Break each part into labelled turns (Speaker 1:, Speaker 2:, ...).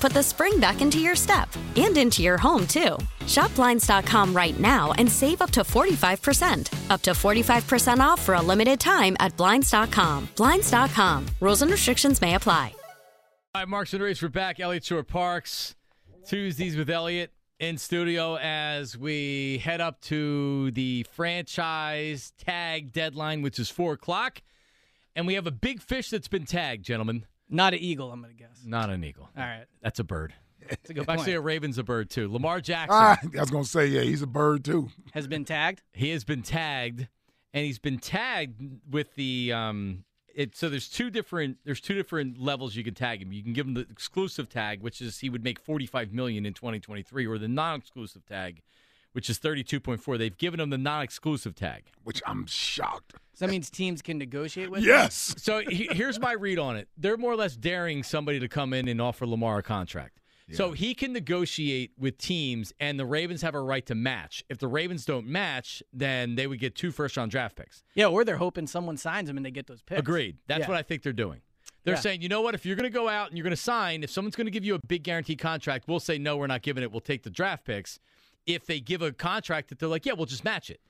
Speaker 1: put the spring back into your step and into your home, too. Shop Blinds.com right now and save up to 45%. Up to 45% off for a limited time at Blinds.com. Blinds.com. Rules and restrictions may apply.
Speaker 2: All right, Marks and Reese, we're back. Elliot Shore Parks, Tuesdays with Elliot in studio as we head up to the franchise tag deadline, which is four o'clock, and we have a big fish that's been tagged, gentlemen.
Speaker 3: Not an eagle, I'm going to guess.
Speaker 2: Not an eagle.
Speaker 3: All right.
Speaker 2: That's a bird.
Speaker 3: That's a good point.
Speaker 2: Actually, a raven's a bird too. Lamar Jackson.
Speaker 4: Ah, I was gonna say, yeah, he's a bird too.
Speaker 3: Has been tagged.
Speaker 2: he has been tagged and he's been tagged with the um it so there's two different there's two different levels you can tag him you can give him the exclusive tag which is he would make 45 million in 2023 or the non-exclusive tag which is 32.4 they've given him the non-exclusive tag
Speaker 4: Which I'm shocked.
Speaker 3: So that means teams can negotiate with. him?
Speaker 4: Yes.
Speaker 2: so he, here's my read on it they're more or less daring somebody to come in and offer lamar a contract so he can negotiate with teams and the ravens have a right to match if the ravens don't match then they would get two first round draft picks
Speaker 3: Yeah, or they're hoping someone signs them and they get those picks.
Speaker 2: Agreed. That's
Speaker 3: Yeah.
Speaker 2: what I think they're doing. They're
Speaker 3: Yeah.
Speaker 2: saying, you know what, if you're going to go out and you're going to sign, if someone's going to give you a big guaranteed contract, we'll say, no, we're not giving it. We'll take the draft picks. If they give a contract that they're like, yeah, we'll just match it,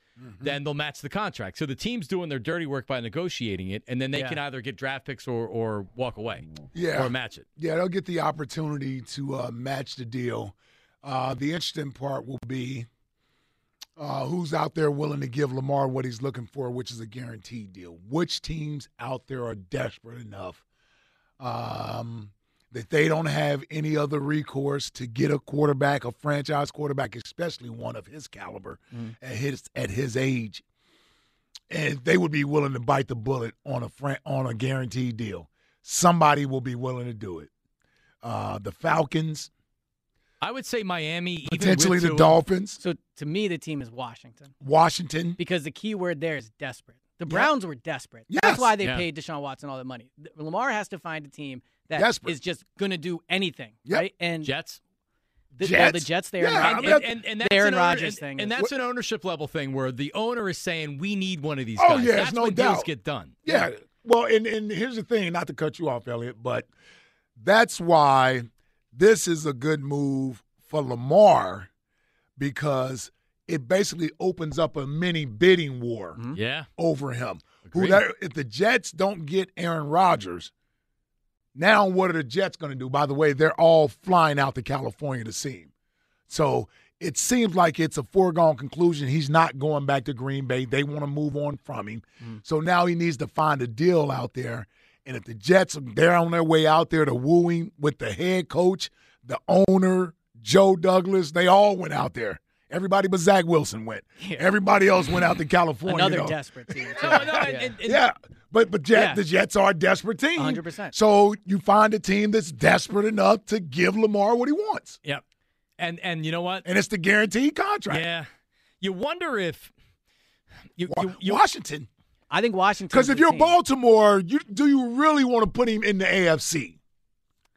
Speaker 2: then they'll match the contract. So the team's doing their dirty work by negotiating it, and then they
Speaker 3: Yeah.
Speaker 2: can either get draft picks or, or walk away
Speaker 4: Yeah.
Speaker 2: or match it.
Speaker 4: Yeah, they'll get the opportunity to uh, match the deal. Uh, the interesting part will be uh, who's out there willing to give Lamar what he's looking for, which is a guaranteed deal. Which teams out there are desperate enough um, that they don't have any other recourse to get a quarterback, a franchise quarterback, especially one of his caliber at his at his age, and they would be willing to bite the bullet on a fran- on a guaranteed deal. Somebody will be willing to do it. Uh, the Falcons,
Speaker 2: I would say Miami,
Speaker 4: potentially
Speaker 2: even
Speaker 4: the
Speaker 2: with Tua-
Speaker 4: Dolphins,
Speaker 3: So to me, the team is Washington
Speaker 4: Washington.
Speaker 3: because the key word there is desperate. The Browns were desperate.
Speaker 4: Yes.
Speaker 3: That's why they
Speaker 2: Yeah.
Speaker 3: paid Deshaun Watson all that money. Th- Lamar has to find a team that is
Speaker 4: Desperate.
Speaker 3: just going to do anything,
Speaker 4: Yep.
Speaker 3: right? And
Speaker 2: Jets.
Speaker 3: the,
Speaker 4: Jets.
Speaker 3: well, the Jets there.
Speaker 4: Yeah,
Speaker 3: and,
Speaker 4: I
Speaker 2: And,
Speaker 4: mean,
Speaker 2: and, and, and that's
Speaker 3: Aaron
Speaker 2: an owner-
Speaker 3: Rodgers
Speaker 2: and-
Speaker 3: thing
Speaker 2: and
Speaker 3: is-
Speaker 2: that's an ownership level thing where the owner is saying we need one of these
Speaker 4: Oh,
Speaker 2: guys.
Speaker 4: yeah,
Speaker 2: that's
Speaker 4: no
Speaker 2: when deals
Speaker 4: doubt.
Speaker 2: get done.
Speaker 4: Yeah. Well, and, and here's the thing, not to cut you off, Elliot, but that's why this is a good move for Lamar because it basically opens up a mini bidding war
Speaker 2: Yeah.
Speaker 4: over him. Who
Speaker 2: Agreed.
Speaker 4: that, if the Jets don't get Aaron Rodgers, now what are the Jets going to do? By the way, they're all flying out to California to see him. So it seems like it's a foregone conclusion. He's not going back to Green Bay. They want to move on from him. So now he needs to find a deal out there. And if the Jets, they're on their way out there to woo him with the head coach, the owner, Joe Douglas. They all went out there. Everybody but Zach Wilson went. Everybody else went out to California.
Speaker 3: another
Speaker 4: though.
Speaker 3: desperate team. too.
Speaker 2: No, no, and-
Speaker 3: Yeah.
Speaker 2: and- and
Speaker 4: Yeah, but but Jet,
Speaker 3: Yeah.
Speaker 4: the Jets are a desperate team.
Speaker 3: 100%.
Speaker 4: So you find a team that's desperate enough to give Lamar what he wants,
Speaker 2: Yep. And and you know what?
Speaker 4: and it's the guaranteed contract.
Speaker 2: Yeah. You wonder if you,
Speaker 4: Wa-
Speaker 2: you, you
Speaker 4: Washington,
Speaker 3: I think Washington.
Speaker 4: because if you're Baltimore, you do you really want to put him in the AFC?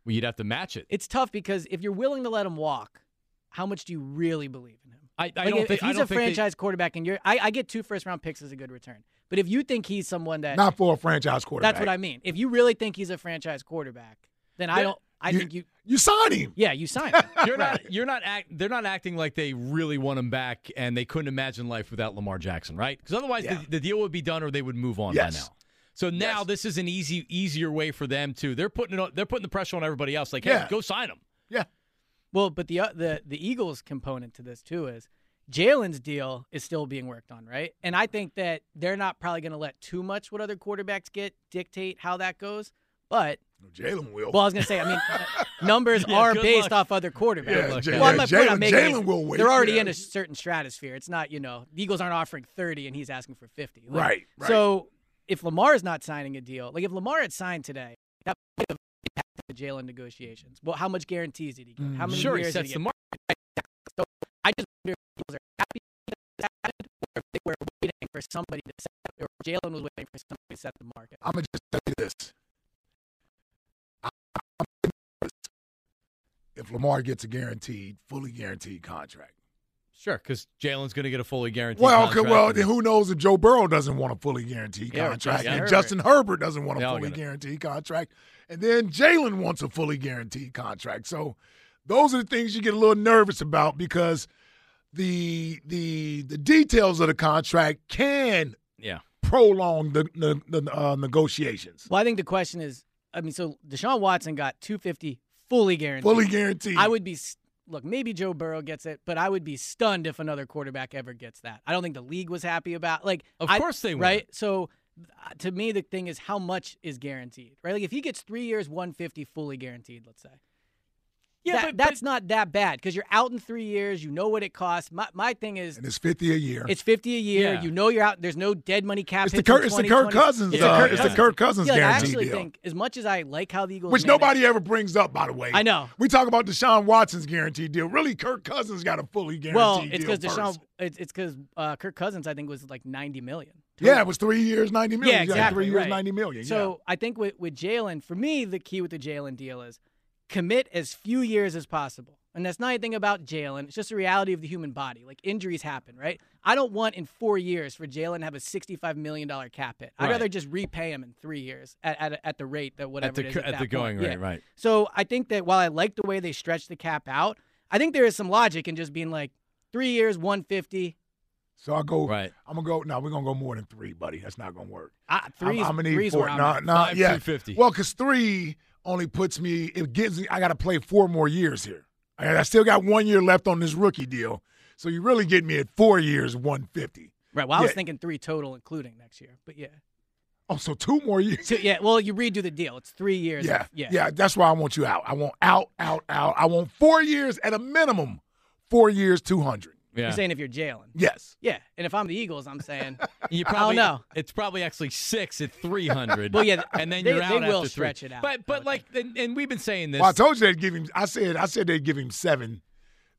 Speaker 2: well, you'd have to match it.
Speaker 3: it's tough because if you're willing to let him walk, how much do you really believe in him?
Speaker 2: I, I
Speaker 3: Like,
Speaker 2: don't
Speaker 3: if,
Speaker 2: think
Speaker 3: if he's
Speaker 2: I don't
Speaker 3: a
Speaker 2: think they-
Speaker 3: franchise quarterback and you're, I, I get two first round picks as a good return. But if you think he's someone that,
Speaker 4: Not for a franchise quarterback.
Speaker 3: that's what I mean. If you really think he's a franchise quarterback, then I
Speaker 2: There-
Speaker 3: don't. I
Speaker 4: You-
Speaker 3: think you.
Speaker 4: You sign him.
Speaker 3: Yeah, you sign. him.
Speaker 2: You're not. You're not. Act, they're not acting like they really want him back, and they couldn't imagine life without Lamar Jackson, right? Because otherwise,
Speaker 4: Yeah.
Speaker 2: the, the deal would be done, or they would move on
Speaker 4: Yes.
Speaker 2: by now. So now this is an easy, easier way for them to. They're putting it. On, they're putting the pressure on everybody else. Like, hey,
Speaker 4: Yeah.
Speaker 2: go sign him.
Speaker 4: Yeah.
Speaker 3: Well, but the uh, the the Eagles component to this too is Jalen's deal is still being worked on, right? And I think that they're not probably going to let too much what other quarterbacks get dictate how that goes. But
Speaker 4: Jalen will.
Speaker 3: well, I was going to say, I mean, numbers
Speaker 2: Yeah,
Speaker 3: are
Speaker 2: good
Speaker 3: based
Speaker 2: luck.
Speaker 3: off other quarterbacks.
Speaker 4: Yeah,
Speaker 2: luck,
Speaker 4: Jalen,
Speaker 2: yeah.
Speaker 3: Well, my point I'm
Speaker 4: Jalen-
Speaker 3: making
Speaker 4: Jalen
Speaker 3: is
Speaker 4: will wait.
Speaker 3: They're already
Speaker 4: Yeah.
Speaker 3: in a certain stratosphere. It's not, you know, the Eagles aren't offering 30 and he's asking for 50. Like,
Speaker 4: Right, right.
Speaker 3: So if Lamar is not signing a deal, like if Lamar had signed today, that would have impacted the Jalen negotiations. Well, how much guarantees did he get? How many
Speaker 2: Mm, Sure, he
Speaker 3: years
Speaker 2: sets
Speaker 3: did he
Speaker 2: the
Speaker 3: get?
Speaker 2: mark.
Speaker 3: I just wonder if the Eagles are happy that this happened or if they were waiting for somebody to set or Jalen was waiting for somebody to set the market.
Speaker 4: I'm gonna just tell you this. I- I'm nervous If Lamar gets a guaranteed, fully guaranteed contract.
Speaker 2: Sure, because Jalen's going to get a fully guaranteed.
Speaker 4: Well, okay,
Speaker 2: contract
Speaker 4: well,
Speaker 2: and-
Speaker 4: then who knows if Joe Burrow doesn't want a fully guaranteed
Speaker 3: Yeah, or
Speaker 4: contract,
Speaker 3: Justin
Speaker 4: and
Speaker 3: Herbert.
Speaker 4: Justin Herbert doesn't want a
Speaker 2: They all
Speaker 4: fully
Speaker 2: get it.
Speaker 4: guaranteed contract, and then Jalen wants a fully guaranteed contract. So, those are the things you get a little nervous about because the the the details of the contract can
Speaker 2: yeah.
Speaker 4: prolong the the, the uh, negotiations.
Speaker 3: Well, I think the question is, I mean, so Deshaun Watson got 250 fully guaranteed.
Speaker 4: Fully guaranteed.
Speaker 3: I would be s- look. Maybe Joe Burrow gets it, but I would be stunned if another quarterback ever gets that. I don't think the league was happy about. Like,
Speaker 2: Of
Speaker 3: I-
Speaker 2: course they won't.
Speaker 3: right. So, uh, to me, the thing is how much is guaranteed, right? Like, if he gets three years, one fifty fully guaranteed, let's say.
Speaker 2: Yeah,
Speaker 3: that,
Speaker 2: but-
Speaker 3: that's not that bad because you're out in three years. You know what it costs. My my thing is.
Speaker 4: and it's fifty a year.
Speaker 3: It's fifty a year.
Speaker 2: Yeah.
Speaker 3: You know you're out. There's no dead money cap.
Speaker 4: It's the
Speaker 3: hit till
Speaker 4: Kirk, it's the Kirk
Speaker 3: 2020.
Speaker 4: Cousins.
Speaker 2: It's
Speaker 4: uh,
Speaker 2: the Kirk
Speaker 4: it's the
Speaker 2: Cousins.
Speaker 4: Kirk Cousins
Speaker 3: Yeah, like, I
Speaker 4: guaranteed
Speaker 3: actually
Speaker 4: deal,
Speaker 3: think as much as I like how the Eagles,
Speaker 4: which
Speaker 3: manage-
Speaker 4: nobody ever brings up, by the way.
Speaker 3: I know.
Speaker 4: We talk about Deshaun Watson's guaranteed deal. Really, Kirk Cousins got a fully guaranteed
Speaker 3: Well,
Speaker 4: deal.
Speaker 3: it's because Deshaun.
Speaker 4: first.
Speaker 3: It's it's because uh, Kirk Cousins, I think, was like ninety million.
Speaker 4: Yeah, it was three years, ninety million.
Speaker 3: Yeah,
Speaker 4: You got
Speaker 3: exactly,
Speaker 4: Three years,
Speaker 3: right.
Speaker 4: ninety million.
Speaker 3: So I think with with Jalen, for me, the key with the Jalen deal is commit as few years as possible. And that's not anything about Jalen. It's just the reality of the human body. Like injuries happen, right? I don't want in four years for Jalen to have a sixty-five million dollar cap hit. I'd
Speaker 2: Right.
Speaker 3: rather just repay him in three years at at, at the rate that whatever
Speaker 2: At the
Speaker 3: it is
Speaker 2: cur-
Speaker 3: at,
Speaker 2: at
Speaker 3: that
Speaker 2: the going
Speaker 3: point.
Speaker 2: rate, right.
Speaker 3: So I think that while I like the way they stretch the cap out, I think there is some logic in just being like three years, one fifty.
Speaker 4: yeah. so I go.
Speaker 2: Right.
Speaker 4: I'm gonna go. No, we're gonna go more than three, buddy. That's not gonna work.
Speaker 3: Ah,
Speaker 4: I'm-
Speaker 3: three's-
Speaker 4: I'm gonna need
Speaker 3: three's
Speaker 4: four.
Speaker 3: where I'm
Speaker 4: No,
Speaker 3: at.
Speaker 4: no,
Speaker 2: Five,
Speaker 4: yeah.
Speaker 2: 250.
Speaker 4: Well, because three only puts me. It gives me. I got to play four more years here. I, I still got one year left on this rookie deal. So you really get me at four years, one fifty.
Speaker 3: Right. Well, I was
Speaker 4: Yeah.
Speaker 3: thinking three total, including next year. But yeah.
Speaker 4: Oh, so two more years.
Speaker 3: So yeah. Well, you redo the deal. It's three years.
Speaker 4: Yeah,
Speaker 3: Yeah.
Speaker 4: yeah, That's why I want you out. I want out, out, out. I want four years at a minimum. Four years, two hundred.
Speaker 3: You're
Speaker 2: Yeah.
Speaker 3: saying if you're Jalen.
Speaker 4: Yes.
Speaker 3: Yeah. And if I'm the Eagles, I'm saying.
Speaker 2: You
Speaker 3: I don't
Speaker 2: probably
Speaker 3: know.
Speaker 2: It's probably actually six at three hundred.
Speaker 3: Well, yeah,
Speaker 2: and then
Speaker 3: they-
Speaker 2: you're
Speaker 3: they
Speaker 2: out. after
Speaker 3: will
Speaker 2: three.
Speaker 3: stretch it out, I
Speaker 2: But but
Speaker 3: would
Speaker 2: like, and, and we've been saying this.
Speaker 4: Well, I told you they'd give him. I said, I said they'd give him seven,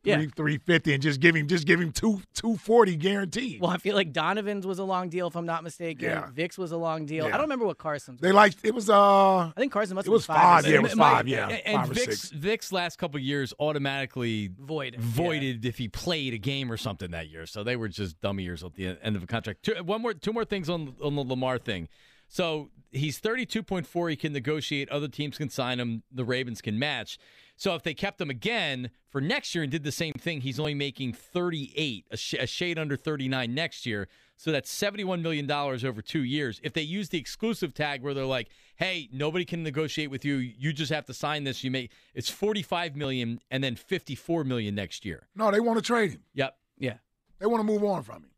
Speaker 3: Yeah.
Speaker 4: three, three fifty, and just give him, just give him two, two forty guaranteed.
Speaker 3: well, I feel like Donovan's was a long deal, if I'm not mistaken.
Speaker 4: Yeah.
Speaker 3: Vic's was a long deal. I
Speaker 4: Yeah.
Speaker 3: don't remember what Carson's.
Speaker 4: they like it was uh
Speaker 3: I think Carson must
Speaker 4: it
Speaker 3: have
Speaker 4: was
Speaker 3: been five.
Speaker 4: five,
Speaker 3: or
Speaker 4: yeah, it was
Speaker 3: six.
Speaker 2: Ma- Ma-
Speaker 4: five, yeah,
Speaker 2: and- And
Speaker 4: five or
Speaker 2: Vic's,
Speaker 4: six.
Speaker 2: Vic's last couple of years automatically
Speaker 3: Voided.
Speaker 2: voided if he played a game or something that year. So they were just dumb years at the end of a contract. Two, one more, two more things on on the Lamar thing. So he's thirty two point four. He can negotiate. Other teams can sign him. The Ravens can match. So if they kept him again for next year and did the same thing, he's only making thirty eight, a, sh- a shade under thirty nine next year. So that's seventy one million dollars over two years. If they use the exclusive tag where they're like, "Hey, nobody can negotiate with you. You just have to sign this." You make it's forty five million and then fifty four million next year.
Speaker 4: no, they want to trade him.
Speaker 2: Yep. Yeah.
Speaker 4: They want to move on from him.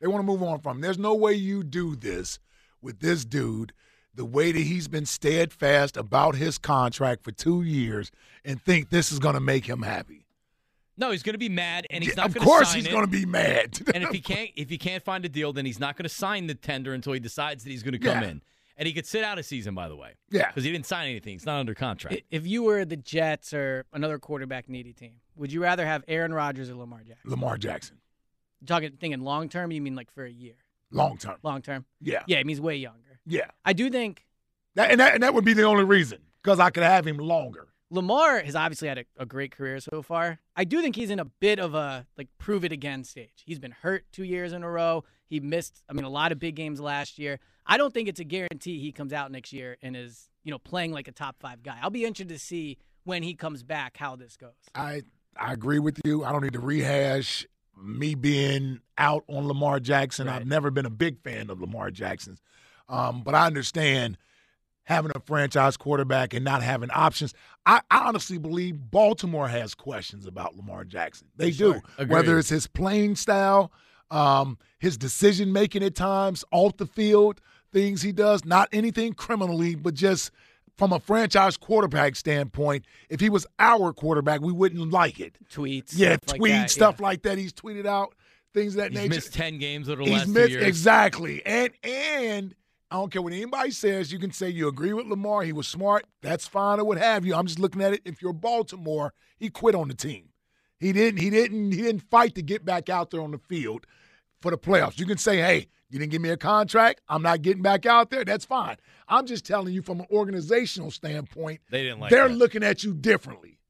Speaker 4: They want to move on from him. There's no way you do this with this dude the way that he's been steadfast about his contract for two years and think this is going to make him happy.
Speaker 2: No, he's going to be mad, and he's
Speaker 4: Yeah,
Speaker 2: not.
Speaker 4: of
Speaker 2: gonna
Speaker 4: course,
Speaker 2: sign
Speaker 4: he's
Speaker 2: it.
Speaker 4: going to be mad.
Speaker 2: and if he can't, if he can't find a deal, then he's not going to sign the tender until he decides that he's going to come
Speaker 4: Yeah.
Speaker 2: in. And he could sit out a season, by the way,
Speaker 4: yeah,
Speaker 2: because he didn't sign anything. He's not under contract.
Speaker 3: I- If you were the Jets or another quarterback needy team, would you rather have Aaron Rodgers or Lamar Jackson?
Speaker 4: Lamar Jackson,
Speaker 3: You're talking thinking long term, you mean like for a year?
Speaker 4: long term.
Speaker 3: Long term?
Speaker 4: Yeah,
Speaker 3: Yeah, it means way younger.
Speaker 4: yeah.
Speaker 3: I do think
Speaker 4: That, and that and that would be the only reason because I could have him longer.
Speaker 3: Lamar has obviously had a, a great career so far. I do think he's in a bit of a like prove it again stage. He's been hurt two years in a row. He missed, I mean, a lot of big games last year. I don't think it's a guarantee he comes out next year and is you know, playing like a top five guy. I'll be interested to see when he comes back how this goes.
Speaker 4: I I agree with you. I don't need to rehash me being out on Lamar Jackson. I've never been a big fan of Lamar Jackson's, um, but I understand having a franchise quarterback and not having options. I, I honestly believe Baltimore has questions about Lamar Jackson. They do,
Speaker 2: Agreed.
Speaker 4: whether it's his playing style, um, his decision making at times, off the field things he does, not anything criminally, but just from a franchise quarterback standpoint. If he was our quarterback, we wouldn't like it.
Speaker 3: Tweets,
Speaker 4: Yeah,
Speaker 3: stuff like
Speaker 4: tweets,
Speaker 3: that,
Speaker 4: stuff like that. He's tweeted out things of that
Speaker 2: He's
Speaker 4: nature.
Speaker 2: missed ten games over the
Speaker 4: He's
Speaker 2: last
Speaker 4: missed-
Speaker 2: two years.
Speaker 4: exactly. And and I don't care what anybody says. You can say you agree with Lamar. He was smart. That's fine or what have you. I'm just looking at it. If you're Baltimore, he quit on the team. He didn't. He didn't. He didn't fight to get back out there on the field for the playoffs. You can say, hey, you didn't give me a contract. I'm not getting back out there. That's fine. I'm just telling you from an organizational standpoint,
Speaker 2: They didn't like
Speaker 4: they're
Speaker 2: that.
Speaker 4: looking at you differently.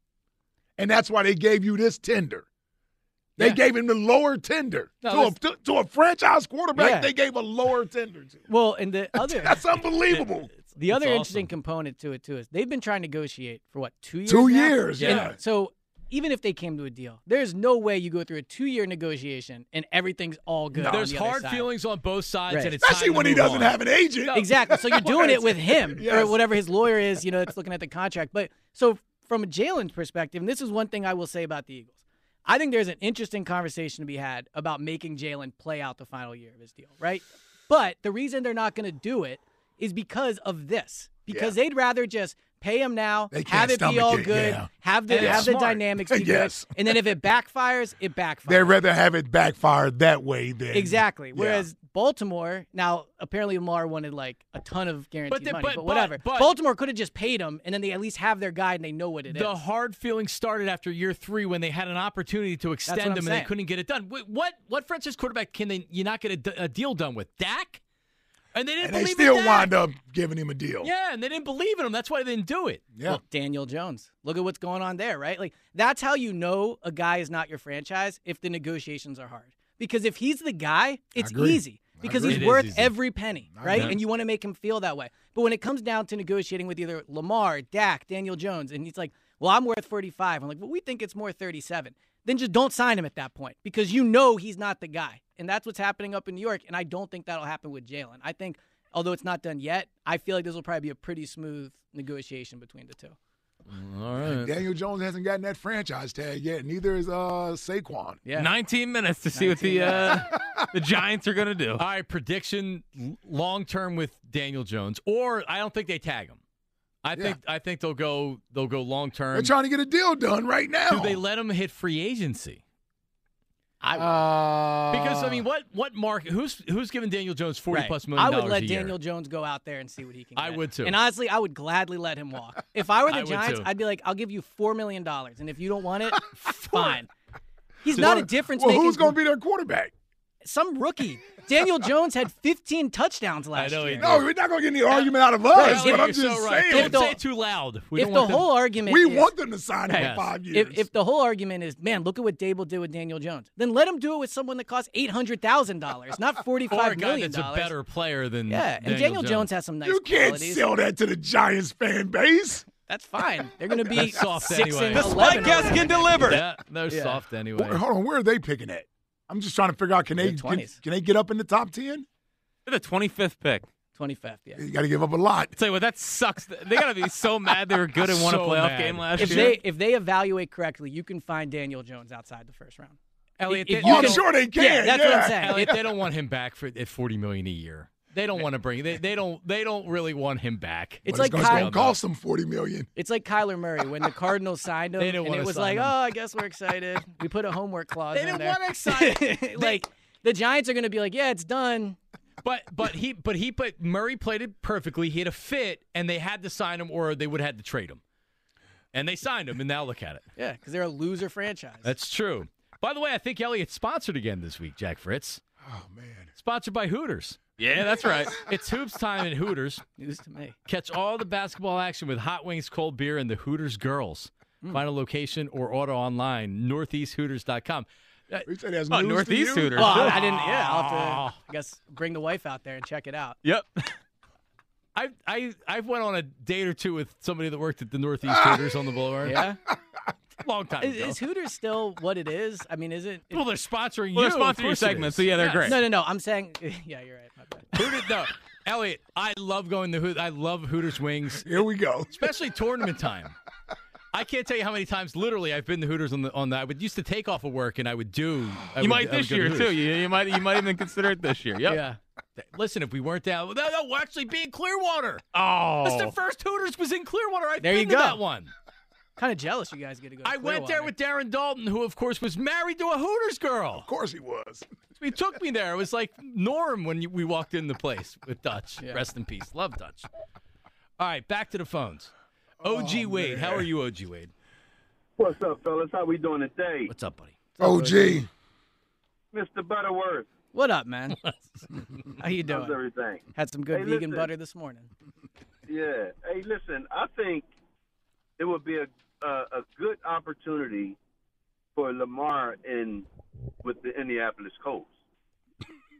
Speaker 4: And that's why they gave you this tender. They
Speaker 3: Yeah.
Speaker 4: gave him the lower tender.
Speaker 3: No,
Speaker 4: to, a, to, to a franchise quarterback,
Speaker 3: Yeah.
Speaker 4: they gave a lower tender to.
Speaker 3: Yeah. Well, and the other
Speaker 4: That's unbelievable.
Speaker 3: the other
Speaker 2: That's
Speaker 3: interesting
Speaker 2: awesome.
Speaker 3: component to it too is they've been trying to negotiate for what two years.
Speaker 4: Two
Speaker 3: now?
Speaker 4: years,
Speaker 2: Yeah.
Speaker 4: yeah.
Speaker 3: So even if they came to a deal, there's no way you go through a two-year negotiation and everything's all good. on
Speaker 2: There's
Speaker 3: the other
Speaker 2: hard
Speaker 3: side.
Speaker 2: feelings on both sides,
Speaker 3: Right.
Speaker 2: and it's
Speaker 4: Especially
Speaker 2: time to
Speaker 4: when he
Speaker 2: move
Speaker 4: doesn't
Speaker 2: on.
Speaker 4: have an agent.
Speaker 3: Exactly. So you're doing it with him
Speaker 4: Yes.
Speaker 3: or whatever his lawyer is, you know, that's looking at the contract. But so from a Jalen's perspective, and this is one thing I will say about the Eagles, I think there's an interesting conversation to be had about making Jalen play out the final year of his deal, right? But the reason they're not going to do it is because of this. Because they'd rather just pay him now,
Speaker 4: They can't
Speaker 3: have it be
Speaker 4: stomach
Speaker 3: all
Speaker 4: it,
Speaker 3: good,
Speaker 4: yeah.
Speaker 3: have the
Speaker 2: And it's
Speaker 3: have the
Speaker 2: smart.
Speaker 3: dynamics be
Speaker 4: Yes.
Speaker 3: good, and then if it backfires, it backfires.
Speaker 4: They'd rather have it backfire that way than.
Speaker 3: Exactly.
Speaker 4: Yeah.
Speaker 3: Whereas Baltimore, now apparently Lamar wanted like a ton of guaranteed
Speaker 2: But the-
Speaker 3: money,
Speaker 2: but-
Speaker 3: but, whatever.
Speaker 2: but- but-
Speaker 3: Baltimore could have just paid him, and then they at least have their guy and they know what it is.
Speaker 2: The hard feelings started after year three when they had an opportunity to extend
Speaker 3: I'm
Speaker 2: them and
Speaker 3: saying.
Speaker 2: they couldn't get it done. Wh- What what franchise quarterback can they you not get a, d- a deal done with? Dak, and they didn't
Speaker 4: And they
Speaker 2: believe
Speaker 4: still
Speaker 2: in Dak.
Speaker 4: wind up giving him a deal.
Speaker 2: Yeah, and they didn't believe in him. That's why they didn't do it.
Speaker 4: Yeah.
Speaker 3: Look, Daniel Jones. Look at what's going on there, right? Like that's how you know a guy is not your franchise if the negotiations are hard. Because if he's the guy, it's
Speaker 4: agree.
Speaker 3: easy. Because
Speaker 4: agree.
Speaker 3: he's
Speaker 2: It is
Speaker 3: worth
Speaker 2: easy.
Speaker 3: every penny, right?
Speaker 4: agree.
Speaker 3: And you want to make him feel that way. But when it comes down to negotiating with either Lamar, Dak, Daniel Jones, and he's like, "Well, I'm worth 45," I'm like, "Well, we think it's more 37." Then just don't sign him at that point because you know he's not the guy, and that's what's happening up in New York. And I don't think that'll happen with Jalen. I think, although it's not done yet, I feel like this will probably be a pretty smooth negotiation between the two.
Speaker 2: All right.
Speaker 4: Daniel Jones hasn't gotten that franchise tag yet. Neither is uh, Saquon.
Speaker 3: Yeah.
Speaker 5: 19 minutes to see what the uh, the Giants are going to do.
Speaker 2: All right, prediction long term with Daniel Jones, or I don't think they tag him. I think I think they'll go they'll go long
Speaker 4: They're
Speaker 2: term.
Speaker 4: trying to get a deal done right now.
Speaker 2: Do they let him hit free agency?
Speaker 4: Uh,
Speaker 2: Because I mean, what what market? Who's who's giving Daniel Jones forty
Speaker 3: Right.
Speaker 2: plus million
Speaker 3: I would
Speaker 2: dollars
Speaker 3: let
Speaker 2: a year?
Speaker 3: Daniel Jones go out there and see what he can.
Speaker 2: I
Speaker 3: get.
Speaker 2: would too.
Speaker 3: And honestly, I would gladly let him walk. If I were
Speaker 2: I
Speaker 3: the
Speaker 2: would
Speaker 3: Giants,
Speaker 2: too.
Speaker 3: I'd be like, I'll give you four million dollars, and if you don't want it, fine. He's not a difference
Speaker 4: well,
Speaker 3: maker.
Speaker 4: who's going to be their quarterback?
Speaker 3: some rookie? Daniel Jones had 15 touchdowns last
Speaker 2: know he
Speaker 3: year.
Speaker 2: did.
Speaker 4: No, we're not going to get any argument out of us.
Speaker 3: Right,
Speaker 4: but
Speaker 3: if-
Speaker 4: I'm just
Speaker 2: so right.
Speaker 4: saying.
Speaker 2: Don't
Speaker 3: If the-
Speaker 2: say it too loud. We
Speaker 3: if
Speaker 2: don't
Speaker 3: the
Speaker 2: want them-
Speaker 3: whole argument,
Speaker 4: we
Speaker 3: is,
Speaker 4: want them to sign him
Speaker 2: Yes.
Speaker 4: for five years.
Speaker 3: If, if the whole argument is, man, look at what Dable did with Daniel Jones, then let him do it with someone that costs eight hundred thousand dollars, not
Speaker 2: or a
Speaker 3: forty-five million
Speaker 2: guy that's a
Speaker 3: dollars.
Speaker 2: better player than
Speaker 3: yeah, and Daniel Jones. has some nice
Speaker 4: you can't
Speaker 3: qualities.
Speaker 4: sell that to the Giants fan base.
Speaker 3: That's fine. They're going to be
Speaker 2: That's soft
Speaker 3: six
Speaker 2: anyway.
Speaker 3: and
Speaker 2: The
Speaker 3: 11 or whatever.
Speaker 5: delivered.
Speaker 2: yeah, they're soft anyway.
Speaker 4: Where- hold on, where are they picking at? I'm just trying to figure out can they can,
Speaker 3: 20s.
Speaker 4: can they get up in the top ten?
Speaker 5: The 25th pick.
Speaker 3: 25th, yeah.
Speaker 4: You got to give up a lot.
Speaker 5: Tell you what, that sucks. They got to be so mad they were good and won a
Speaker 2: So
Speaker 5: playoff
Speaker 2: mad.
Speaker 5: game last
Speaker 3: If
Speaker 5: year.
Speaker 3: they if they evaluate correctly, you can find Daniel Jones outside the first round.
Speaker 2: Elliot,
Speaker 3: if
Speaker 2: they-
Speaker 3: you
Speaker 4: Oh, I'm
Speaker 3: don't-
Speaker 4: sure they can.
Speaker 3: yeah, that's what I'm
Speaker 4: yeah.
Speaker 3: saying.
Speaker 2: Elliot, they don't want him back for at forty million a year. They don't want to bring. They, they don't. They don't really want him back.
Speaker 3: It's
Speaker 4: But
Speaker 3: like
Speaker 4: it's
Speaker 3: Kyle-
Speaker 4: going to cost them forty million.
Speaker 3: It's like Kyler Murray when the Cardinals signed him,
Speaker 2: They didn't
Speaker 3: and
Speaker 2: wanna
Speaker 3: it was
Speaker 2: sign
Speaker 3: like,
Speaker 2: him.
Speaker 3: oh, I guess we're excited. We put a homework clause.
Speaker 2: They didn't
Speaker 3: in there.
Speaker 2: wanna excite- They-
Speaker 3: like the Giants are going to be like, yeah, it's done.
Speaker 2: But but he but he but Murray played it perfectly. He had a fit, and they had to sign him, or they would have had to trade him. And they signed him, and now look at it.
Speaker 3: Yeah, because they're a loser franchise.
Speaker 2: That's true. By the way, I think Elliot's sponsored again this week. Jack Fritz,
Speaker 4: Oh man,
Speaker 2: sponsored by Hooters.
Speaker 5: yeah, that's right.
Speaker 2: It's hoops time at Hooters.
Speaker 3: news to me.
Speaker 2: Catch all the basketball action with hot wings, cold beer, and the Hooters girls.
Speaker 5: Mm.
Speaker 2: Find a location or order online, northeasthooters.com.
Speaker 4: we said that's
Speaker 5: Oh,
Speaker 4: news to
Speaker 5: Northeast
Speaker 4: you.
Speaker 5: Hooters.
Speaker 3: Well, I didn't. Yeah, I'll have to. I guess bring the wife out there and check it out.
Speaker 5: Yep.
Speaker 2: I've I I've went on a date or two with somebody that worked at the Northeast
Speaker 5: Ah!
Speaker 2: Hooters on the Boulevard.
Speaker 3: Yeah.
Speaker 2: long time
Speaker 3: Is,
Speaker 2: ago.
Speaker 3: is Hooters still what it is? I mean, is it?
Speaker 2: well, they're sponsoring
Speaker 5: Well,
Speaker 2: you.
Speaker 5: they're
Speaker 2: of
Speaker 5: sponsoring your
Speaker 2: course it
Speaker 5: segment,
Speaker 2: is.
Speaker 5: so yeah, they're
Speaker 2: Yes.
Speaker 5: great.
Speaker 3: no, no, no. I'm saying, yeah, you're right. My bad.
Speaker 2: Hooters, no, Elliot, I love going to Hooters. I love Hooters wings,
Speaker 4: Oh, Here we go.
Speaker 2: especially tournament time. I can't tell you how many times, literally, I've been to Hooters on the on that. I would used to take off of work and I would do. I
Speaker 5: You
Speaker 2: would-
Speaker 5: might
Speaker 2: I would
Speaker 5: this
Speaker 2: go to
Speaker 5: year too.
Speaker 2: Hooters.
Speaker 5: You, you might you might even consider it this year. Yep.
Speaker 2: Yeah. Listen, if we weren't down, no, no, we're actually being Clearwater. That's the
Speaker 5: Oh.
Speaker 2: first Hooters was in Clearwater. I've
Speaker 3: There
Speaker 2: been
Speaker 3: you
Speaker 2: to
Speaker 3: go.
Speaker 2: that one.
Speaker 3: Kind of jealous you guys get to go. to
Speaker 2: I went there
Speaker 3: Clearwater.
Speaker 2: with Darren Dalton, who, of course, was married to a Hooters girl.
Speaker 4: Of course he was.
Speaker 2: He took me there. It was like Norm when you- we walked in the place with Dutch. Rest in peace. Love Dutch. All right, back to the phones.
Speaker 5: Oh,
Speaker 2: OG Wade. How are you, OG Wade?
Speaker 6: What's up, fellas? How we doing today?
Speaker 2: What's up, buddy?
Speaker 4: OG.
Speaker 6: Mr. Butterworth,
Speaker 3: What up, man? How you
Speaker 6: how's
Speaker 3: doing?
Speaker 6: everything?
Speaker 3: Had some good
Speaker 6: Hey,
Speaker 3: vegan
Speaker 6: listen.
Speaker 3: butter this morning.
Speaker 6: Yeah. Hey, listen, I think it would be a a, a good opportunity for Lamar in with the Indianapolis Colts.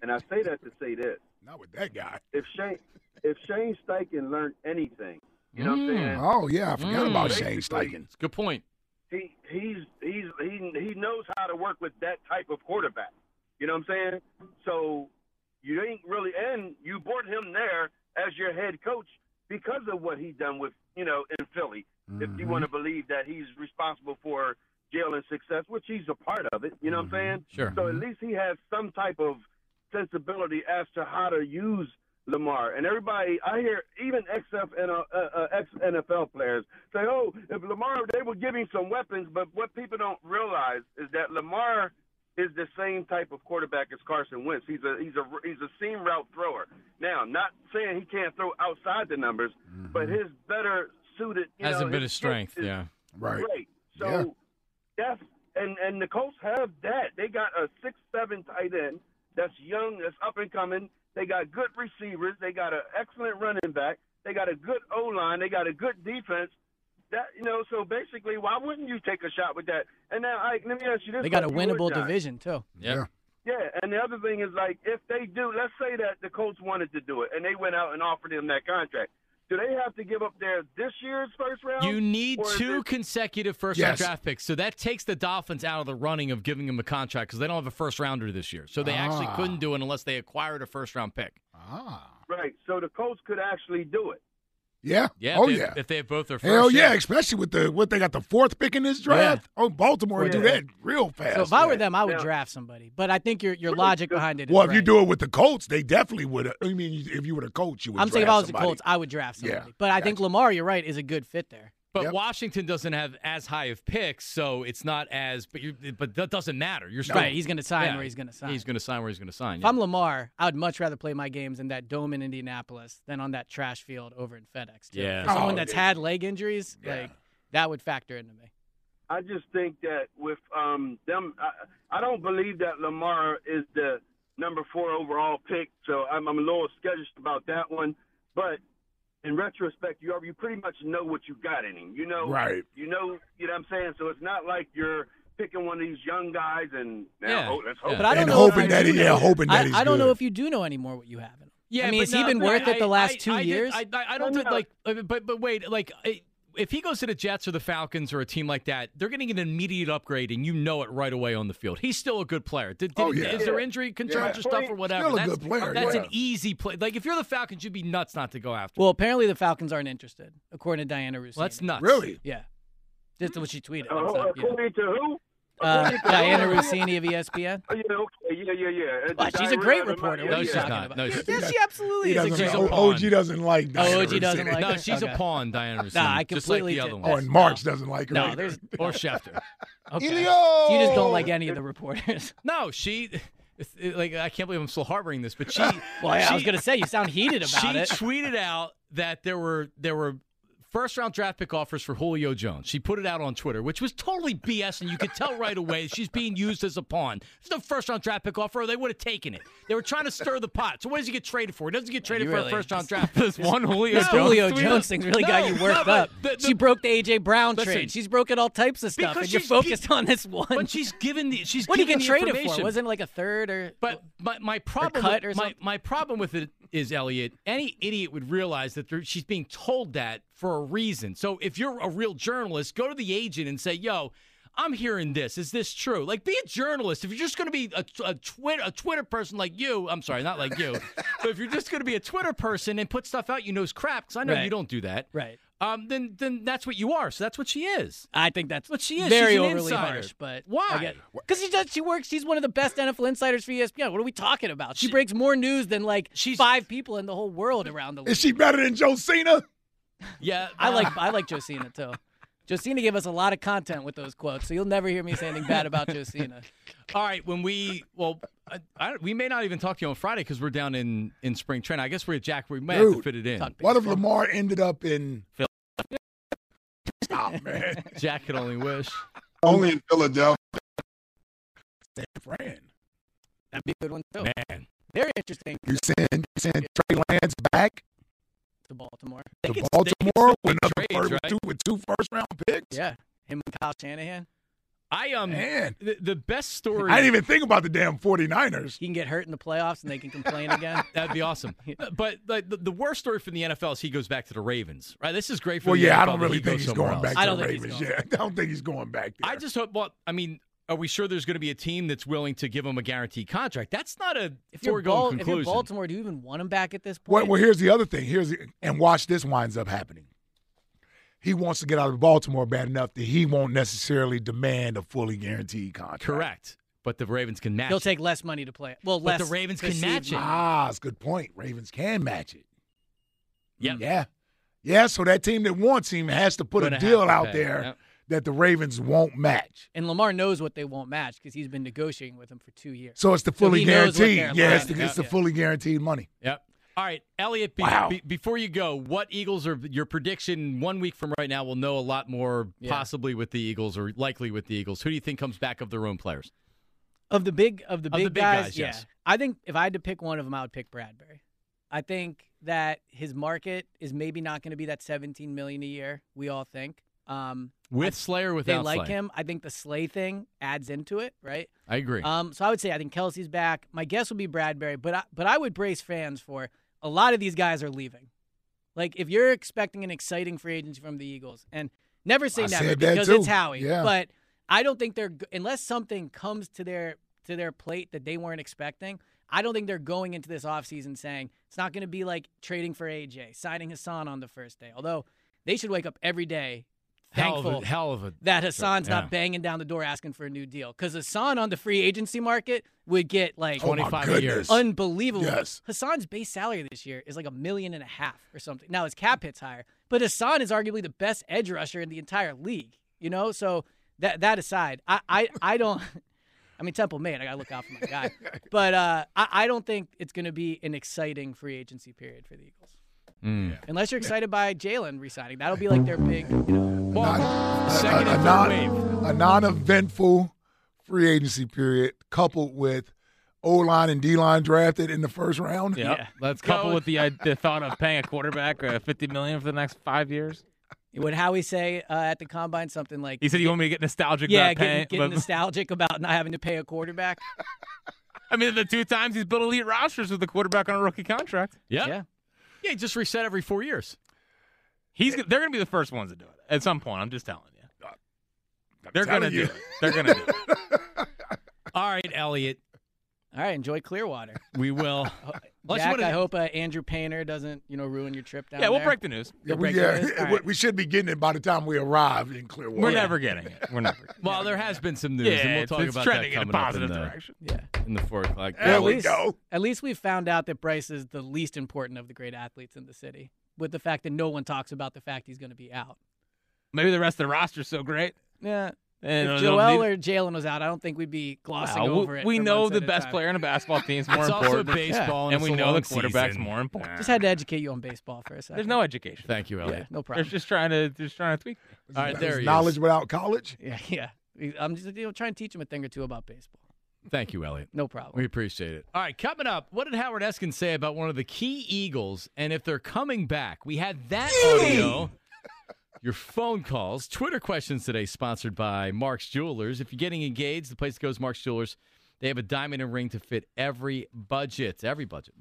Speaker 6: And I say that to say this.
Speaker 4: Not with that guy.
Speaker 6: If Shane if Shane Steichen learned anything, you know what I'm saying?
Speaker 4: Oh yeah, I forgot
Speaker 2: Mm.
Speaker 4: about Shane Steichen.
Speaker 2: It's a good point.
Speaker 6: He he's he's he he knows how to work with that type of quarterback. You know what I'm saying? So you ain't really and you brought him there as your head coach because of what he done with you know in Philly. If you want to believe that he's responsible for Jalen's success, which he's a part of it, you know what I'm saying?
Speaker 2: Sure.
Speaker 6: So at least he has some type of sensibility as to how to use Lamar. And everybody, I hear even XF and uh, uh, ex NFL players say, "Oh, if Lamar, they would give him some weapons." But what people don't realize is that Lamar is the same type of quarterback as Carson Wentz. He's a he's a he's a seam route thrower. Now, not saying he can't throw outside the numbers,
Speaker 4: Mm-hmm.
Speaker 6: but his better suited you
Speaker 2: Hasn't
Speaker 6: know,
Speaker 2: been
Speaker 6: his
Speaker 2: his strength.
Speaker 6: is-
Speaker 2: Yeah.
Speaker 4: Right.
Speaker 6: Right. So
Speaker 4: Yeah.
Speaker 6: that's and and the Colts have that. They got a six seven tight end that's young, that's up and coming. They got good receivers. They got an excellent running back. They got a good O line. They got a good defense. That you know, so basically, why wouldn't you take a shot with that? And now, Ike, let me ask you this:
Speaker 3: They got a
Speaker 6: question, you
Speaker 3: winnable
Speaker 6: and John.
Speaker 3: division too.
Speaker 2: Yep.
Speaker 4: Yeah.
Speaker 6: Yeah, and the other thing is like if they do, let's say that the Colts wanted to do it and they went out and offered him that contract. Do they have to give up their this year's first round?
Speaker 2: You need
Speaker 6: Or is
Speaker 2: two
Speaker 6: it-
Speaker 2: consecutive first round
Speaker 4: Yes.
Speaker 2: draft picks. So that takes the Dolphins out of the running of giving them a contract because they don't have a first rounder this year. So they actually
Speaker 4: Ah.
Speaker 2: couldn't do it unless they acquired a first round pick.
Speaker 4: Ah.
Speaker 6: right. So the Colts could actually do it.
Speaker 4: Yeah.
Speaker 2: Yeah. if
Speaker 4: Oh
Speaker 2: they,
Speaker 4: yeah.
Speaker 2: If they have both their first.
Speaker 4: Hell yeah, especially with the what they got the fourth pick in this draft. Oh, Baltimore do
Speaker 6: Yeah.
Speaker 4: that real fast.
Speaker 3: So if I were
Speaker 4: Yeah.
Speaker 3: them, I would
Speaker 6: Now-
Speaker 3: draft somebody. But I think your your logic behind it is
Speaker 4: well, if you
Speaker 3: right.
Speaker 4: do it with the Colts, they definitely would. I mean, if you were the coach, you would.
Speaker 3: I'm saying if
Speaker 4: draft
Speaker 3: I was the
Speaker 4: somebody.
Speaker 3: Colts, I would draft
Speaker 4: Yeah,
Speaker 3: somebody. But I think Lamar, you're right, is a good fit there.
Speaker 2: But
Speaker 4: Yep.
Speaker 2: Washington doesn't have as high of picks, so it's not as. But you, but that doesn't matter. You're still,
Speaker 3: Right, he's going to sign
Speaker 2: Yeah,
Speaker 3: where he's going to sign.
Speaker 2: He's going to sign where he's going to sign.
Speaker 3: if
Speaker 2: yeah.
Speaker 3: I'm Lamar, I would much rather play my games in that dome in Indianapolis than on that trash field over in FedEx. Too.
Speaker 2: Yeah.
Speaker 3: For someone
Speaker 4: Oh,
Speaker 3: that's
Speaker 4: dude.
Speaker 3: had leg injuries,
Speaker 4: Yeah.
Speaker 3: like that would factor into me.
Speaker 6: I just think that with um, them, I, I don't believe that Lamar is the number four overall pick, so I'm, I'm a little skittish about that one. But in retrospect, you already- you pretty much know what you got in him. You know,
Speaker 4: Right.
Speaker 6: You know, you know what I'm saying. So it's not like you're picking one of these young guys and now
Speaker 2: Yeah.
Speaker 6: oh, let's hope.
Speaker 3: But I don't
Speaker 4: and
Speaker 3: know if
Speaker 4: hoping
Speaker 3: I
Speaker 4: that
Speaker 3: do
Speaker 4: he, yeah,
Speaker 3: know.
Speaker 4: hoping that
Speaker 3: I,
Speaker 4: he's.
Speaker 3: I don't know
Speaker 4: good.
Speaker 3: if you do know anymore what you have in him.
Speaker 2: Yeah,
Speaker 3: I
Speaker 2: but
Speaker 3: mean, has he
Speaker 2: no,
Speaker 3: been
Speaker 2: no,
Speaker 3: worth it the
Speaker 2: I-
Speaker 3: last
Speaker 2: I-
Speaker 3: two
Speaker 2: I did-
Speaker 3: years?
Speaker 2: I, I, I don't
Speaker 6: No,
Speaker 2: think
Speaker 6: no.
Speaker 2: like, I mean, but but wait, like I- if he goes to the Jets or the Falcons or a team like that, they're getting an immediate upgrade, and you know it right away on the field. He's still a good player. Did, did,
Speaker 4: Oh, yeah.
Speaker 2: Is there
Speaker 6: Yeah.
Speaker 2: injury concerns
Speaker 6: Yeah.
Speaker 2: or stuff or whatever?
Speaker 4: Still a
Speaker 2: that's,
Speaker 4: good player,
Speaker 2: That's
Speaker 4: yeah.
Speaker 2: an easy play. Like if you're the Falcons, you'd be nuts not to go after. him.
Speaker 3: well, apparently the Falcons aren't interested, according to Diana Rousseau.
Speaker 2: Well, that's nuts.
Speaker 4: really.
Speaker 3: Yeah. That's what she tweeted.
Speaker 6: Oh,
Speaker 3: That's not- yeah.
Speaker 6: according to who?
Speaker 3: Uh,
Speaker 6: According to
Speaker 3: Diana
Speaker 6: who?
Speaker 3: Rossini of E ESPN.
Speaker 6: Oh, Yeah, okay, yeah, yeah, yeah. And
Speaker 3: Well, she's a
Speaker 6: Diana-
Speaker 3: great reporter.
Speaker 6: yeah,
Speaker 3: What are you
Speaker 2: she's
Speaker 6: yeah.
Speaker 3: talking
Speaker 2: not.
Speaker 3: about?
Speaker 2: No,
Speaker 3: Yeah,
Speaker 2: she's-
Speaker 3: yes, she absolutely
Speaker 4: He
Speaker 3: is. a
Speaker 4: doesn't,
Speaker 3: great
Speaker 2: a
Speaker 4: O-
Speaker 2: pawn.
Speaker 4: OG doesn't like. Diana
Speaker 3: OG Oh, doesn't
Speaker 4: Rossini.
Speaker 3: like
Speaker 2: No,
Speaker 3: her.
Speaker 2: she's
Speaker 3: Okay.
Speaker 2: a pawn, Diana. Rossini,
Speaker 3: I completely
Speaker 2: just like
Speaker 3: did-
Speaker 2: the other
Speaker 4: Oh,
Speaker 2: one.
Speaker 4: and Marks doesn't like her.
Speaker 3: No,
Speaker 4: either.
Speaker 3: there's
Speaker 2: or Schefter.
Speaker 3: okay.
Speaker 4: Elio!
Speaker 3: You just don't like any of the reporters.
Speaker 2: No, she. it's- it- Like I can't believe I'm still harboring this, but she.
Speaker 3: Well, yeah, I was
Speaker 2: she-
Speaker 3: gonna say you sound heated about
Speaker 2: she
Speaker 3: it.
Speaker 2: tweeted out that there were there were first round draft pick offers for Julio Jones. She put it out on Twitter, which was totally BS, and you could tell right away she's being used as a pawn. It's no first round draft pick offer, or they would have taken it. They were trying to stir the pot. So what does he get traded for? He doesn't get traded
Speaker 5: You
Speaker 2: for
Speaker 5: really-
Speaker 2: a first round draft pick.
Speaker 5: This one Julio
Speaker 3: This
Speaker 5: Jones.
Speaker 3: Julio
Speaker 5: tweet?
Speaker 3: Jones thing's really got
Speaker 2: No,
Speaker 3: you
Speaker 2: no,
Speaker 3: worked
Speaker 2: but
Speaker 3: up.
Speaker 2: the- the-
Speaker 3: she broke the AJ Brown
Speaker 2: Listen.
Speaker 3: trade. She's broken all types of stuff,
Speaker 2: Because
Speaker 3: and you're
Speaker 2: she's-
Speaker 3: focused on this one.
Speaker 2: But she's given the she's
Speaker 3: what did he
Speaker 2: given
Speaker 3: get
Speaker 2: the
Speaker 3: traded for?
Speaker 2: information.
Speaker 3: Wasn't it like a third or?
Speaker 2: But my, my problem
Speaker 3: cut
Speaker 2: with,
Speaker 3: or
Speaker 2: my,
Speaker 3: something?
Speaker 2: my problem with it is Elliot. Any idiot would realize that there, she's being told that for a reason. So if you're a real journalist, go to the agent and say, "Yo, I'm hearing this. Is this true?" Like, be a journalist. If you're just going to be a, a Twitter a Twitter person like you, I'm sorry, not like you, but if you're just going to be a Twitter person and put stuff out you know is crap, because I know
Speaker 3: Right.
Speaker 2: you don't do that.
Speaker 3: right.
Speaker 2: Um, then then that's what you are. So that's what she is.
Speaker 3: I think that's
Speaker 2: But she is.
Speaker 3: very
Speaker 2: She's an
Speaker 3: overly
Speaker 2: insider.
Speaker 3: harsh. But
Speaker 2: Why?
Speaker 3: Because she does. She works. She's one of the best NFL insiders for E ESPN. What are we talking about? She, breaks more news than like
Speaker 2: She's-
Speaker 3: five people in the whole world around the league.
Speaker 4: Is she better than Josina?
Speaker 2: Yeah,
Speaker 3: I
Speaker 2: uh,
Speaker 3: like I like Josina too. Josina gave us a lot of content with those quotes, so you'll never hear me say anything bad about Josina.
Speaker 2: All right, when we well, I, I, don't- we may not even talk to you on Friday because we're down in in spring training. I guess we're at Jack. We may have to
Speaker 4: Dude.
Speaker 2: fit it in.
Speaker 3: Talk
Speaker 4: What if
Speaker 3: baseball.
Speaker 4: Lamar ended up in Stop, man.
Speaker 2: Jack could only wish.
Speaker 7: Only in Philadelphia.
Speaker 4: Fran.
Speaker 3: That'd be a good one too.
Speaker 4: Oh.
Speaker 3: Man, very interesting
Speaker 4: You saying you saying Trey Lance back
Speaker 3: to Baltimore.
Speaker 2: They could-
Speaker 4: to
Speaker 2: they could still
Speaker 4: Baltimore with another
Speaker 2: make
Speaker 4: first,
Speaker 2: trades,
Speaker 4: with
Speaker 2: right?
Speaker 4: two with two first round picks?
Speaker 3: Yeah, him and Kyle Shanahan.
Speaker 2: I um
Speaker 4: Man.
Speaker 2: The, the best story.
Speaker 4: I didn't even think about the damn 49ers.
Speaker 3: He can get hurt in the playoffs, and they can complain again.
Speaker 2: That'd be awesome. But like, the, the worst story from the NFL is he goes back to the Ravens. Right? This is great for.
Speaker 4: Well,
Speaker 2: the
Speaker 4: yeah,
Speaker 2: NFL
Speaker 4: I don't
Speaker 2: that
Speaker 4: really
Speaker 2: he
Speaker 4: think
Speaker 2: goes
Speaker 4: he's
Speaker 2: somewhere
Speaker 4: going back
Speaker 2: else.
Speaker 3: I
Speaker 4: to
Speaker 3: don't
Speaker 4: the
Speaker 3: think he's
Speaker 4: Ravens.
Speaker 3: going.
Speaker 4: Yeah, I don't think he's going back there.
Speaker 2: I just hope. Well, I mean. Are we sure there's going to be a team that's willing to give him a guaranteed contract? That's not a
Speaker 3: If you're,
Speaker 2: foregone
Speaker 3: Bal- if
Speaker 2: conclusion.
Speaker 3: you're Baltimore, do you even want him back at this
Speaker 4: Well,
Speaker 3: point?
Speaker 4: well, here's the other thing. Here's the, and watch this winds up happening. He wants to get out of Baltimore bad enough that he won't necessarily demand a fully guaranteed contract.
Speaker 2: Correct, but the Ravens can match.
Speaker 3: He'll
Speaker 2: it.
Speaker 3: take less money to play. Well,
Speaker 2: But
Speaker 3: less.
Speaker 2: the Ravens can
Speaker 3: perceived
Speaker 2: match it.
Speaker 3: money.
Speaker 4: Ah, it's a good point. Ravens can match it.
Speaker 2: Yep.
Speaker 4: Yeah. Yeah, so that team that wants him has to put
Speaker 2: Gonna have
Speaker 4: a deal
Speaker 2: to
Speaker 4: out
Speaker 2: pay,
Speaker 4: there
Speaker 2: yep.
Speaker 4: that the Ravens won't match.
Speaker 3: And Lamar knows what they won't match because he's been negotiating with him for two years.
Speaker 4: So it's the
Speaker 3: So
Speaker 4: fully
Speaker 3: he knows what
Speaker 4: guaranteed.
Speaker 3: they're
Speaker 4: Yeah, it's
Speaker 3: looking
Speaker 4: the,
Speaker 3: at,
Speaker 4: it's the
Speaker 3: yeah.
Speaker 4: fully guaranteed money.
Speaker 2: Yep. All right, Elliot. Be,
Speaker 4: Wow.
Speaker 2: be- before you go, what Eagles are your prediction? One week from right now, we'll know a lot more,
Speaker 3: Yeah.
Speaker 2: possibly with the Eagles or likely with the Eagles. Who do you think comes back of their own players?
Speaker 3: Of the big of the
Speaker 2: Of the
Speaker 3: big,
Speaker 2: big
Speaker 3: guys,
Speaker 2: guys,
Speaker 3: yeah.
Speaker 2: yes.
Speaker 3: I think if I had to pick one of them, I would pick Bradbury. I think that his market is maybe not going to be that 17 million a year we all think. Um,
Speaker 2: With Slayer, without
Speaker 3: they like
Speaker 2: Slay?
Speaker 3: him. I think the Slay thing adds into it, right?
Speaker 2: I agree.
Speaker 3: Um, so I would say I think Kelsey's back. My guess would be Bradbury, but I, but I would brace fans for a lot of these guys are leaving. Like if you're expecting an exciting free agency from the Eagles, and never say
Speaker 4: I
Speaker 3: never
Speaker 4: said that
Speaker 3: because
Speaker 4: too.
Speaker 3: it's Howie,
Speaker 4: Yeah.
Speaker 3: but I don't think they're g- unless something comes to their to their plate that they weren't expecting. I don't think they're going into this offseason saying it's not going to be like trading for AJ, signing Hassan on the first day. Although they should wake up every day
Speaker 2: hell of
Speaker 3: thankful
Speaker 2: a, hell of a
Speaker 3: that Hassan's
Speaker 2: Yeah.
Speaker 3: not banging down the door asking for a new deal because Hassan on the free agency market would get like
Speaker 4: Oh, my
Speaker 2: 25
Speaker 4: goodness.
Speaker 2: years.
Speaker 3: unbelievable.
Speaker 4: Yes.
Speaker 3: Hassan's base salary this year is like a million and a half or something. Now his cap hit's higher, but Hassan is arguably the best edge rusher in the entire league. You know, so that that aside, I I, I don't. I mean, Temple made. I gotta look out for my guy, but uh, I, I don't think it's gonna be an exciting free agency period for the Eagles.
Speaker 2: Mm.
Speaker 3: Unless you're excited by Jalen resigning, that'll be like their big.
Speaker 2: Well,
Speaker 4: A-
Speaker 2: second
Speaker 4: a,
Speaker 2: and
Speaker 4: non,
Speaker 2: third wave.
Speaker 4: a non-eventful free agency period coupled with O-line and D-line drafted in the first round.
Speaker 5: Yep.
Speaker 3: Yeah.
Speaker 5: Let's
Speaker 2: Go
Speaker 5: couple
Speaker 2: with-
Speaker 5: with the uh, the thought of paying a quarterback uh, fifty million for the next five years.
Speaker 3: Would Howie say uh, at the combine something like?
Speaker 5: He said you want me to get nostalgic.
Speaker 3: Yeah,
Speaker 5: about paying,
Speaker 3: getting, getting nostalgic about not having to pay a quarterback.
Speaker 5: I mean, the two times he's built elite rosters with the quarterback on a rookie contract.
Speaker 2: Yep.
Speaker 3: Yeah.
Speaker 2: Yeah, just reset every four years.
Speaker 5: He's they're going to be the first ones to do it at some point. I'm just telling you. They're going to
Speaker 4: telling
Speaker 5: do
Speaker 4: you.
Speaker 5: it. They're going to do it.
Speaker 2: All right, Elliot.
Speaker 3: All right, enjoy Clearwater.
Speaker 2: We will. Unless you
Speaker 3: Jack,
Speaker 2: wanna-
Speaker 3: I hope uh, Andrew Painter doesn't, you know, ruin your trip down
Speaker 5: Yeah, we'll
Speaker 3: there.
Speaker 5: break the news.
Speaker 4: Yeah, we,
Speaker 3: breaking
Speaker 4: yeah,
Speaker 3: news? All
Speaker 4: we-
Speaker 3: right.
Speaker 4: we should be getting it by the time we arrive in Clearwater.
Speaker 5: We're never getting it. We're never. Getting it.
Speaker 2: Well, there has been some news,
Speaker 5: yeah,
Speaker 2: and we'll
Speaker 5: it's,
Speaker 2: talk
Speaker 5: it's
Speaker 2: about that
Speaker 5: trending in a
Speaker 2: coming up in
Speaker 5: positive
Speaker 2: the,
Speaker 5: direction.
Speaker 3: Yeah.
Speaker 2: in the four o'clock.
Speaker 4: There
Speaker 3: At
Speaker 4: we
Speaker 3: least-
Speaker 4: go.
Speaker 3: At least we found out that Bryce is the least important of the great athletes in the city, with the fact that no one talks about the fact he's going to be out.
Speaker 5: Maybe the rest of the roster's so great.
Speaker 3: Yeah.
Speaker 5: And
Speaker 3: if
Speaker 5: I don't
Speaker 3: Joel
Speaker 5: need-
Speaker 3: or Jalen was out, I don't think we'd be glossing
Speaker 5: Wow, we-
Speaker 3: over it.
Speaker 5: We
Speaker 3: for
Speaker 5: know
Speaker 3: months
Speaker 5: the
Speaker 3: at a
Speaker 5: best
Speaker 3: time.
Speaker 5: player in a basketball team is more
Speaker 2: It's also
Speaker 5: important.
Speaker 2: baseball, and
Speaker 5: and
Speaker 2: it's
Speaker 5: we
Speaker 2: a
Speaker 5: know the
Speaker 2: long
Speaker 5: quarterback's
Speaker 2: season.
Speaker 5: more important.
Speaker 3: Just had to educate you on baseball for a second.
Speaker 5: There's no education.
Speaker 2: Thank you, Elliot.
Speaker 3: yeah, no
Speaker 5: They're
Speaker 3: problem.
Speaker 5: just trying to just trying to tweak.
Speaker 2: All right,
Speaker 4: Is
Speaker 2: there he is.
Speaker 4: knowledge without college.
Speaker 3: Yeah, yeah. I'm just you know, trying to teach him a thing or two about baseball.
Speaker 2: Thank you, Elliot.
Speaker 3: No problem.
Speaker 2: We appreciate it. All right, coming up, what did Howard Eskin say about one of the key Eagles and if they're coming back? We had that audio. Your phone calls, Twitter questions today, sponsored by Mark's Jewelers. If you're getting engaged, the place that goes Mark's Jewelers. They have a diamond and ring to fit every budget, every budget.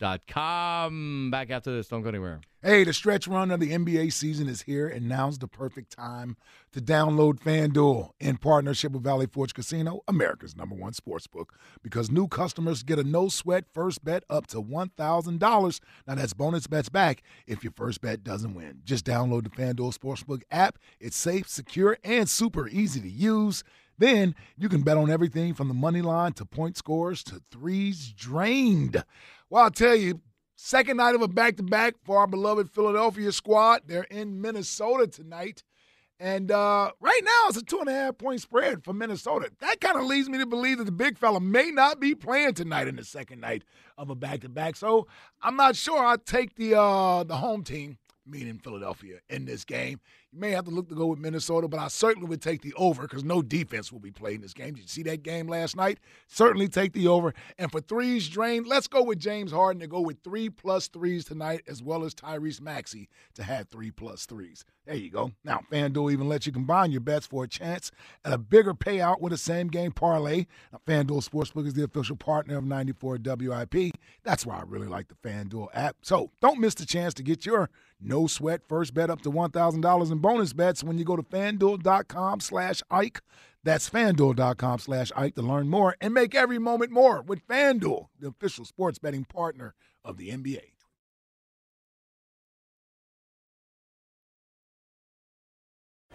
Speaker 2: Marks-jewelers.com. Back after this, don't go anywhere.
Speaker 4: Hey, the stretch run of the NBA season is here, and now's the perfect time to download FanDuel in partnership with Valley Forge Casino, America's number one sports book, because new customers get a no sweat first bet up to $1,000. Now, that's bonus bets back if your first bet doesn't win. Just download the FanDuel Sportsbook app. It's safe, secure, and super easy to use. Then you can bet on everything from the money line to point scores to threes drained. Well, I'll tell you, Second night of a back to back for our beloved Philadelphia squad. They're in Minnesota tonight. And uh, right now, it's a two and a half point spread for Minnesota. That kind of leads me to believe that the big fella may not be playing tonight in the second night of a back to back. So I'm not sure I'll take the, uh, the home team, meaning Philadelphia, in this game. You may have to look to go with Minnesota, but I certainly would take the over because no defense will be played in this game. Did you see that game last night? Certainly take the over. And for threes drained, let's go with James Harden to go with three plus threes tonight, as well as Tyrese Maxey to have three plus threes. There you go. Now, FanDuel even lets you combine your bets for a chance at a bigger payout with a same game parlay. Now, FanDuel Sportsbook is the official partner of 94 WIP. That's why I really like the FanDuel app. So don't miss the chance to get your no sweat first bet up to $1,000 in bonus bets when you go to fanduel.com slash Ike. That's fanduel.com slash Ike to learn more and make every moment more with FanDuel, the official sports betting partner of the NBA.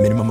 Speaker 8: Minimum